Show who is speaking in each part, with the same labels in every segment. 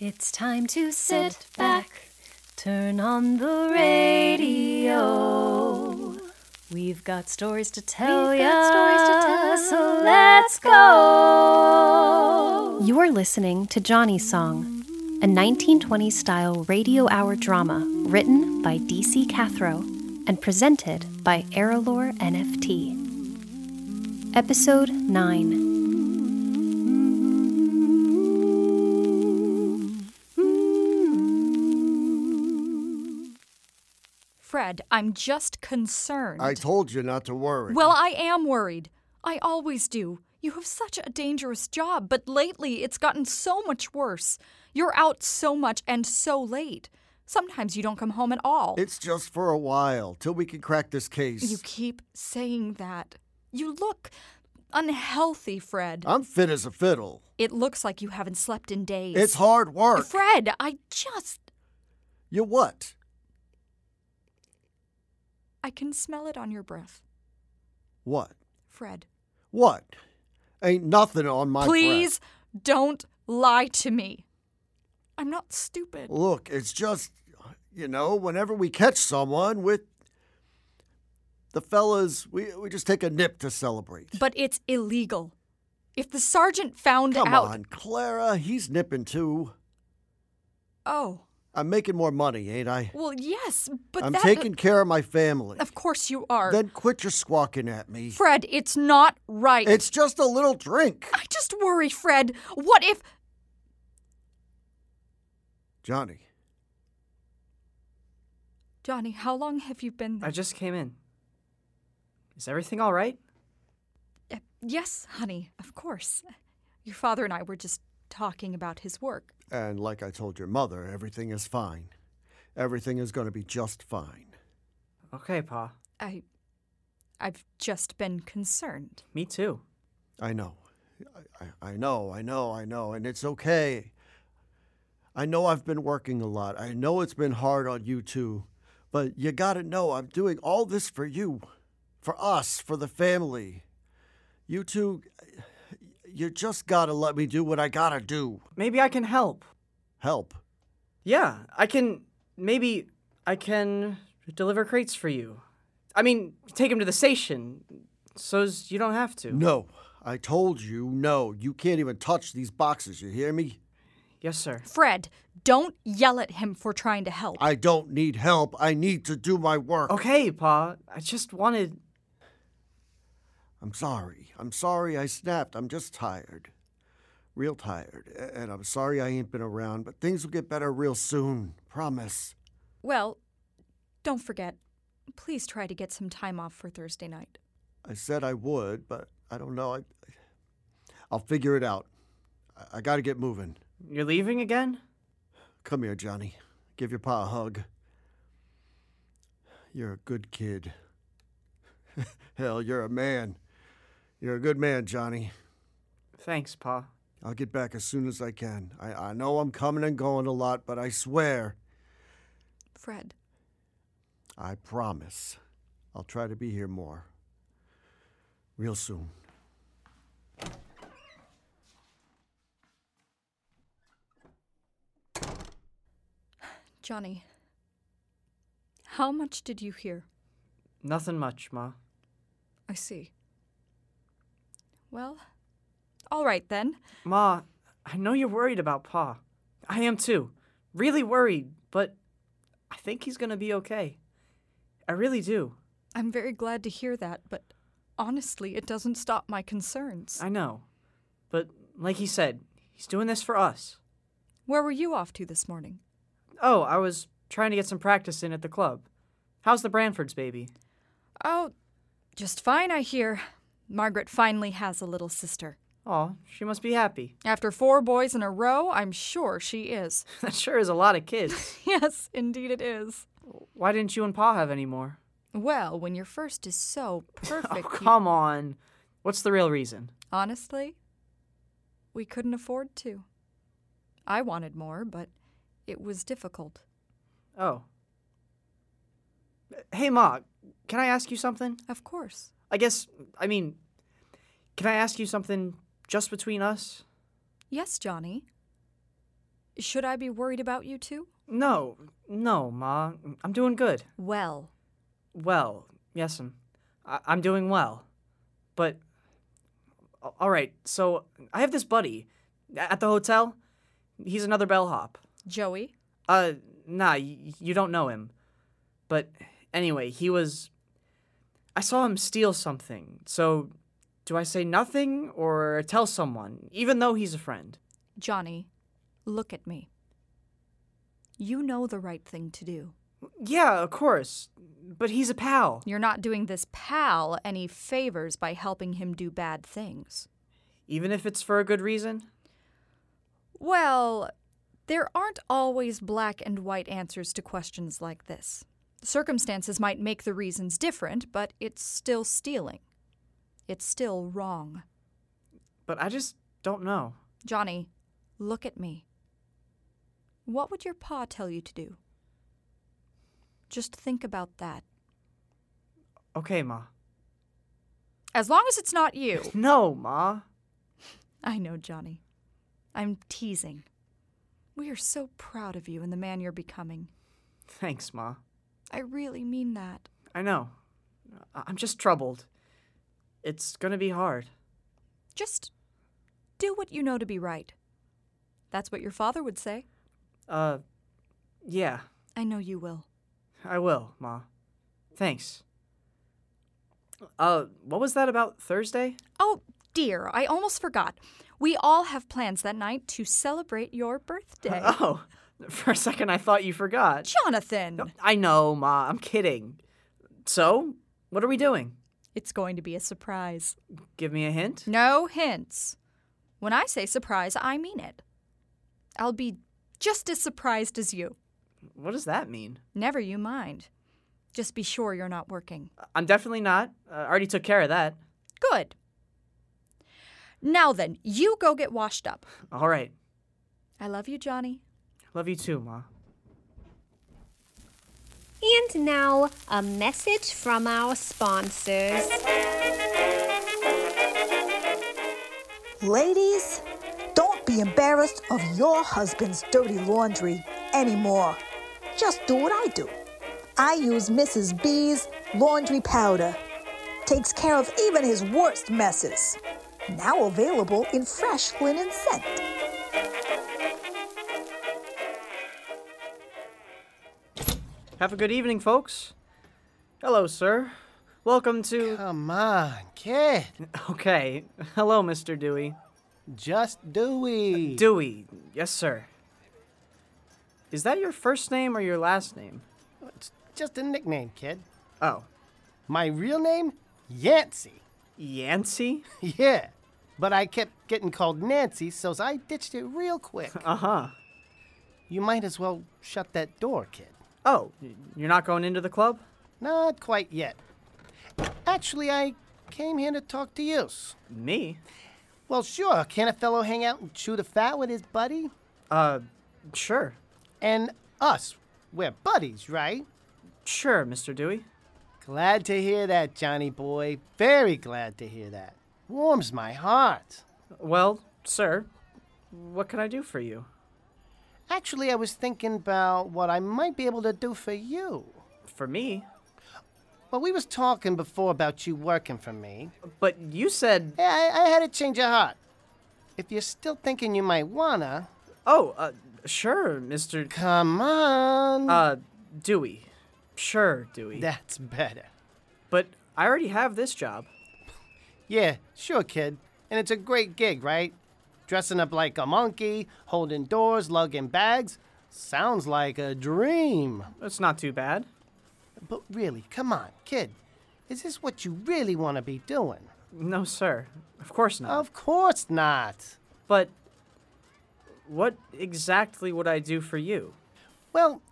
Speaker 1: It's time to sit back, turn on the radio. We've got stories to tell
Speaker 2: We've
Speaker 1: ya,
Speaker 2: got stories to tell
Speaker 1: so
Speaker 2: ya.
Speaker 1: let's go. You're listening to Johnny's Song, a 1920s style radio hour drama written by DC Cathro and presented by Aerolore NFT. Episode 9.
Speaker 2: Fred, I'm just concerned.
Speaker 3: I told you not to worry.
Speaker 2: well, I am worried. I always do. You have such a dangerous job, but lately it's gotten so much worse. You're out so much and so late. Sometimes you don't come home at all.
Speaker 3: it's just for a while till we can crack this case.
Speaker 2: you keep saying that. You look unhealthy, Fred.
Speaker 3: I'm fit as a fiddle.
Speaker 2: it looks like you haven't slept in days.
Speaker 3: It's hard work.
Speaker 2: Fred, I just.
Speaker 3: you what?
Speaker 2: I can smell it on your breath.
Speaker 3: What?
Speaker 2: Fred,
Speaker 3: What? Ain't nothing on my
Speaker 2: please don't lie to me. I'm not stupid.
Speaker 3: breath. Look, it's just you know, whenever we catch someone with the fellas, we we just take a nip to celebrate.
Speaker 2: But it's illegal. If the sergeant found
Speaker 3: Come
Speaker 2: out.
Speaker 3: on, Clara, he's nipping too.
Speaker 2: Oh,
Speaker 3: I'm making more money, ain't I?
Speaker 2: well, yes, but
Speaker 3: I'm
Speaker 2: that. uh,
Speaker 3: taking care of my family.
Speaker 2: Of course you are.
Speaker 3: Then quit your squawking at me.
Speaker 2: Fred, it's not right.
Speaker 3: It's just a little drink.
Speaker 2: I just worry, Fred. What if.
Speaker 3: Johnny,
Speaker 2: Johnny, how long have you been there?
Speaker 4: I just came in. Is everything all right?
Speaker 2: Uh, yes, honey, of course. Your father and I were just talking about his work.
Speaker 3: and like I told your mother, everything is fine. Everything is going to be just fine.
Speaker 4: Okay, Pa.
Speaker 2: I. I've just been concerned.
Speaker 4: Me too.
Speaker 3: I know. I, I, I know, I know, I know, and it's okay. I know I've been working a lot. I know it's been hard on you too, but you got to know I'm doing all this for you, for us, for the family. You two, you just got to let me do what I got to do.
Speaker 4: Maybe I can help.
Speaker 3: Help.
Speaker 4: Yeah, I can. Maybe I can deliver crates for you. I mean, take them to the station, so's you don't have to.
Speaker 3: No, I told you no. You can't even touch these boxes, you hear me?
Speaker 4: Yes, sir.
Speaker 2: Fred, don't yell at him for trying to help.
Speaker 3: I don't need help. I need to do my work.
Speaker 4: Okay, Pa. I just wanted.
Speaker 3: I'm sorry. I'm sorry I snapped. I'm just tired. Real tired. A- And I'm sorry I ain't been around, but things will get better real soon. Promise.
Speaker 2: Well, don't forget. Please try to get some time off for Thursday night.
Speaker 3: I said I would, but I don't know. I, I'll figure it out. I, I gotta get moving.
Speaker 4: You're leaving again?
Speaker 3: Come here, Johnny. Give your pa a hug. You're a good kid. Hell, you're a man. You're a good man, Johnny.
Speaker 4: Thanks, Pa.
Speaker 3: I'll get back as soon as I can. I, I know I'm coming and going a lot, but I swear,
Speaker 2: Fred,
Speaker 3: I promise, I'll try to be here more. Real soon.
Speaker 2: Johnny, how much did you hear?
Speaker 4: Nothing much, Ma.
Speaker 2: I see. Well, all right then.
Speaker 4: Ma, I know you're worried about Pa. I am too. Really worried, but I think he's gonna be okay. I really do.
Speaker 2: I'm very glad to hear that, but honestly, it doesn't stop my concerns.
Speaker 4: I know. But like he said, he's doing this for us.
Speaker 2: Where were you off to this morning?
Speaker 4: Oh, I was trying to get some practice in at the club. How's the Branfords baby?
Speaker 2: Oh, just fine, I hear. Margaret finally has a little sister.
Speaker 4: Aw, she must be happy.
Speaker 2: After four boys in a row, I'm sure she is.
Speaker 4: That sure is a lot of kids.
Speaker 2: yes, indeed it is.
Speaker 4: Why didn't you and Pa have any more?
Speaker 2: Well, when your first is so perfect,
Speaker 4: Oh,
Speaker 2: you-
Speaker 4: come on. What's the real reason?
Speaker 2: honestly, we couldn't afford to. I wanted more, but it was difficult.
Speaker 4: Oh. Hey, Ma, can I ask you something?
Speaker 2: Of course.
Speaker 4: I guess, I mean, can I ask you something just between us?
Speaker 2: Yes, Johnny. Should I be worried about you too?
Speaker 4: No, no, Ma. I'm doing good.
Speaker 2: Well,
Speaker 4: Well, yes, I'm, I- I'm doing well. But, a- all right, so I have this buddy a- at the hotel. He's another bellhop.
Speaker 2: Joey,
Speaker 4: Uh, nah, y- you don't know him. But anyway, he was. I saw him steal something, so do I say nothing or tell someone, even though he's a friend?
Speaker 2: Johnny, look at me. You know the right thing to do.
Speaker 4: Yeah, of course. But he's a pal.
Speaker 2: You're not doing this pal any favors by helping him do bad things.
Speaker 4: Even if it's for a good reason?
Speaker 2: Well, there aren't always black and white answers to questions like this. Circumstances might make the reasons different, but it's still stealing. It's still wrong.
Speaker 4: But I just don't know.
Speaker 2: Johnny, look at me. What would your pa tell you to do? Just think about that.
Speaker 4: Okay, Ma.
Speaker 2: As long as it's not you.
Speaker 4: No, Ma.
Speaker 2: I know, Johnny. I'm teasing. We are so proud of you and the man you're becoming.
Speaker 4: Thanks, Ma.
Speaker 2: I really mean that.
Speaker 4: I know. I- I'm just troubled. It's gonna be hard.
Speaker 2: Just do what you know to be right. That's what your father would say.
Speaker 4: Uh, yeah,
Speaker 2: I know you will.
Speaker 4: I will, Ma. Thanks. Uh, what was that about Thursday?
Speaker 2: Oh, dear, I almost forgot. We all have plans that night to celebrate your birthday.
Speaker 4: Oh, for a second I thought you forgot.
Speaker 2: Jonathan!
Speaker 4: I know, Ma, I'm kidding. So, what are we doing?
Speaker 2: It's going to be a surprise.
Speaker 4: Give me a hint?
Speaker 2: No hints. When I say surprise, I mean it. I'll be just as surprised as you.
Speaker 4: What does that mean?
Speaker 2: Never you mind. Just be sure you're not working.
Speaker 4: I'm definitely not. Uh, I already took care of that.
Speaker 2: Good. Now then, you go get washed up.
Speaker 4: All right.
Speaker 2: I love you, Johnny.
Speaker 4: Love you too, Ma.
Speaker 1: And now, a message from our sponsors.
Speaker 5: Ladies, don't be embarrassed of your husband's dirty laundry anymore. Just do what I do. I use Mrs. B's laundry powder. Takes care of even his worst messes. Now available in fresh linen scent.
Speaker 4: Have a good evening, folks. Hello, sir. Welcome to.
Speaker 6: Come on, kid.
Speaker 4: Okay. Hello, Mr. Dewey.
Speaker 6: Just Dewey.
Speaker 4: Dewey. Yes, sir. Is that your first name or your last name?
Speaker 6: It's just a nickname, kid.
Speaker 4: Oh,
Speaker 6: My real name? Yancy.
Speaker 4: Yancy?
Speaker 6: Yeah. But I kept getting called Nancy, so I ditched it real quick.
Speaker 4: Uh huh.
Speaker 6: You might as well shut that door, kid.
Speaker 4: Oh, y- you're not going into the club?
Speaker 6: Not quite yet. Actually, I came here to talk to you.
Speaker 4: Me?
Speaker 6: Well, sure. Can a fellow hang out and chew the fat with his buddy?
Speaker 4: Uh, sure.
Speaker 6: And us. We're buddies, right?
Speaker 4: Sure, Mr. Dewey.
Speaker 6: Glad to hear that, Johnny boy. Very glad to hear that. Warms my heart.
Speaker 4: Well, sir, what can I do for you?
Speaker 6: Actually, I was thinking about what I might be able to do for you.
Speaker 4: For me?
Speaker 6: Well, we was talking before about you working for me.
Speaker 4: But you said.
Speaker 6: Hey, I, I had a change of heart. If you're still thinking you might wanna,
Speaker 4: Oh, uh, sure, Mr.
Speaker 6: come on.
Speaker 4: Uh, Dewey. Sure, Dewey.
Speaker 6: That's better.
Speaker 4: But I already have this job.
Speaker 6: Yeah, sure, kid. And it's a great gig, right? Dressing up like a monkey, holding doors, lugging bags. Sounds like a dream.
Speaker 4: It's not too bad.
Speaker 6: But really, come on, kid. Is this what you really want to be doing?
Speaker 4: No, sir. Of course not.
Speaker 6: Of course not.
Speaker 4: but what exactly would I do for you?
Speaker 6: Well,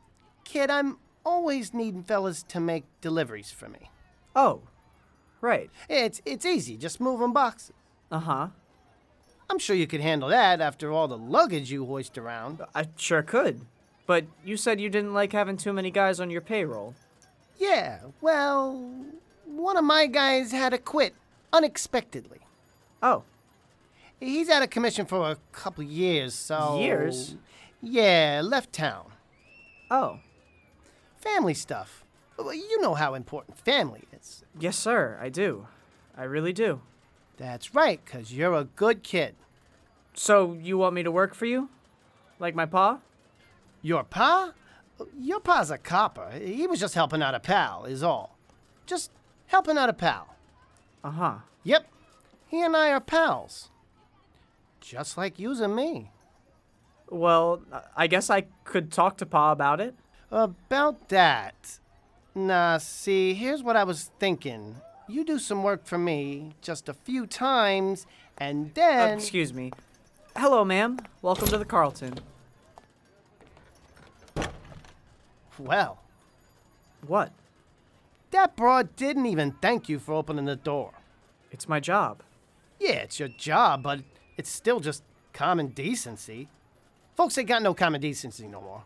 Speaker 6: kid, I'm always needing fellas to make deliveries for me.
Speaker 4: Oh, right.
Speaker 6: It's it's easy, just moving boxes.
Speaker 4: Uh huh.
Speaker 6: I'm sure you could handle that after all the luggage you hoist around.
Speaker 4: I sure could. But you said you didn't like having too many guys on your payroll.
Speaker 6: Yeah, well, one of my guys had to quit unexpectedly.
Speaker 4: Oh,
Speaker 6: He's out of commission for a couple years, so
Speaker 4: Years?
Speaker 6: Yeah, left town.
Speaker 4: Oh,
Speaker 6: Family stuff. Well, You know how important family is.
Speaker 4: yes, sir, I do. I really do.
Speaker 6: That's right, 'cause you're a good kid.
Speaker 4: So, you want me to work for you? Like my pa?
Speaker 6: Your pa? Your pa's a copper. He was just helping out a pal, is all. Just helping out a pal.
Speaker 4: Uh huh.
Speaker 6: Yep, he and I are pals. Just like yous and me.
Speaker 4: Well, I- I guess I could talk to pa about it.
Speaker 6: About that. Nah, see, here's what I was thinking. You do some work for me just a few times, and
Speaker 4: Uh,
Speaker 6: then.
Speaker 4: excuse me. Hello, ma'am. Welcome to the Carlton.
Speaker 6: Well,
Speaker 4: What?
Speaker 6: that broad didn't even thank you for opening the door.
Speaker 4: It's my job.
Speaker 6: Yeah, it's your job, but it's still just common decency. Folks ain't got no common decency no more.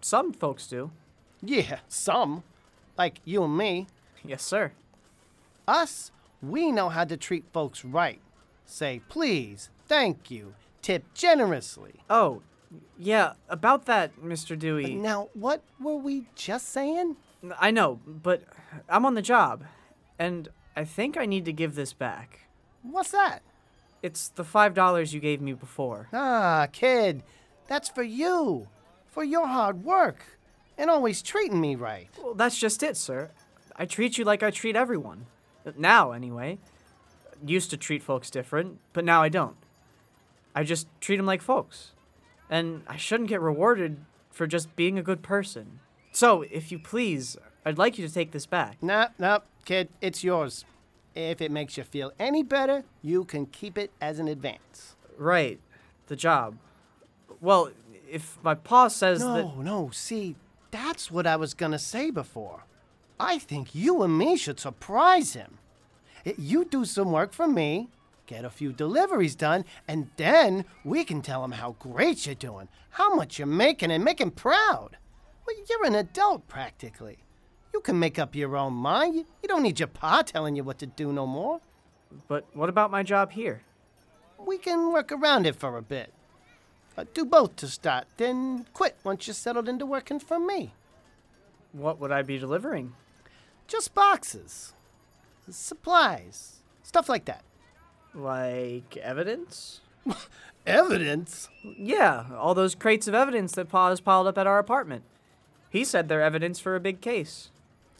Speaker 4: Some folks do.
Speaker 6: Yeah, some. Like you and me.
Speaker 4: Yes, sir.
Speaker 6: Us, we know how to treat folks right. Say please, thank you, tip generously.
Speaker 4: Oh, yeah, about that, Mr. Dewey.
Speaker 6: Now, what were we just saying?
Speaker 4: I know, but I'm on the job, and I think I need to give this back.
Speaker 6: What's that?
Speaker 4: It's the $5 you gave me before.
Speaker 6: Ah, kid, that's for you, for your hard work, and always treating me right.
Speaker 4: Well, that's just it, sir. I treat you like I treat everyone. Now, anyway. Used to treat folks different, but now I don't. I just treat them like folks. And I shouldn't get rewarded for just being a good person. So, if you please, I'd like you to take this back.
Speaker 6: Nah, nah, kid, it's yours. If it makes you feel any better, you can keep it as an advance.
Speaker 4: Right, the job. Well, if my pa says that.
Speaker 6: No, no, see, that's what I was gonna say before. I think you and me should surprise him. Y- You do some work for me, get a few deliveries done, and then we can tell him how great you're doing, how much you're making, and make him proud. Well, you're an adult practically. You can make up your own mind. You- You don't need your pa telling you what to do no more.
Speaker 4: But what about my job here?
Speaker 6: We can work around it for a bit. Uh, do both to start, then quit once you're settled into working for me.
Speaker 4: What would I be delivering?
Speaker 6: Just boxes, supplies, stuff like that.
Speaker 4: Like evidence?
Speaker 6: Evidence?
Speaker 4: Yeah, all those crates of evidence that Pa has piled up at our apartment. He said they're evidence for a big case.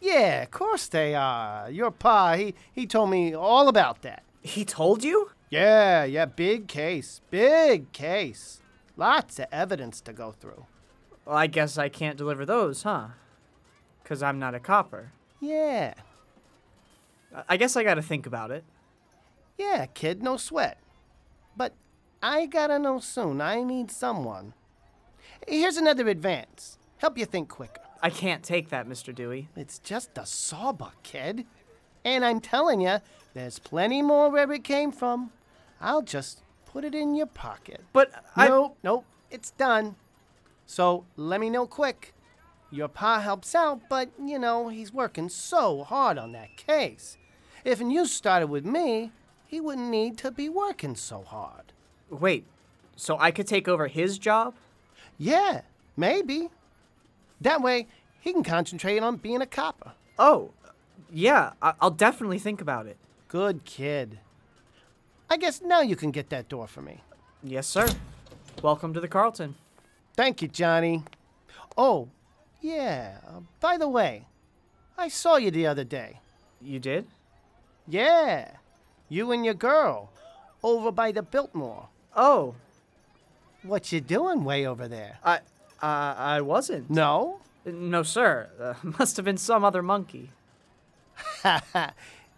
Speaker 6: Yeah, of course they are. Your pa, he, he told me all about that.
Speaker 4: He told you?
Speaker 6: Yeah, yeah, big case, big case. Lots of evidence to go through.
Speaker 4: Well, I guess I can't deliver those, huh? Because I'm not a copper.
Speaker 6: Yeah,
Speaker 4: I- I guess I gotta think about it.
Speaker 6: yeah, kid, no sweat. But I gotta know soon. I need someone. Here's another advance. Help you think quicker.
Speaker 4: I can't take that, Mr. Dewey.
Speaker 6: It's just a sawbuck, kid. And I'm telling you, there's plenty more where it came from. I'll just put it in your pocket.
Speaker 4: But I.
Speaker 6: nope, nope, it's done. So let me know quick. Your pa helps out, but you know, he's working so hard on that case. If you started with me, he wouldn't need to be working so hard.
Speaker 4: Wait, so I could take over his job?
Speaker 6: Yeah, maybe. That way, he can concentrate on being a copper.
Speaker 4: Oh, yeah, I- I'll definitely think about it.
Speaker 6: Good kid. I guess now you can get that door for me.
Speaker 4: Yes, sir. Welcome to the Carlton.
Speaker 6: Thank you, Johnny. Oh, yeah. uh, by the way, I saw you the other day.
Speaker 4: You did?
Speaker 6: Yeah. You and your girl over by the Biltmore.
Speaker 4: Oh,
Speaker 6: What you doing way over there?
Speaker 4: I, I, I wasn't.
Speaker 6: No?
Speaker 4: No, sir. Uh, must have been some other monkey.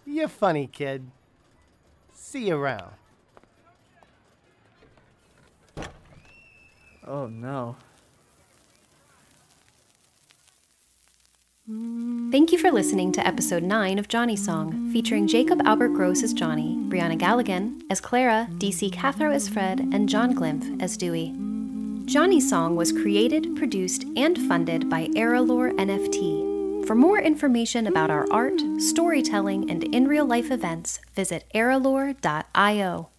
Speaker 6: You're funny, kid. See you around.
Speaker 4: Oh no.
Speaker 1: Thank you for listening to episode 9 of Johnny Song, featuring Jacob Albert Gross as Johnny, Brianna Galligan as Clara, DC Cathro as Fred, and John Glimpf as Dewey. Johnny Song was created, produced, and funded by Aerolore NFT. For more information about our art, storytelling, and in real life events, visit aerolore.io.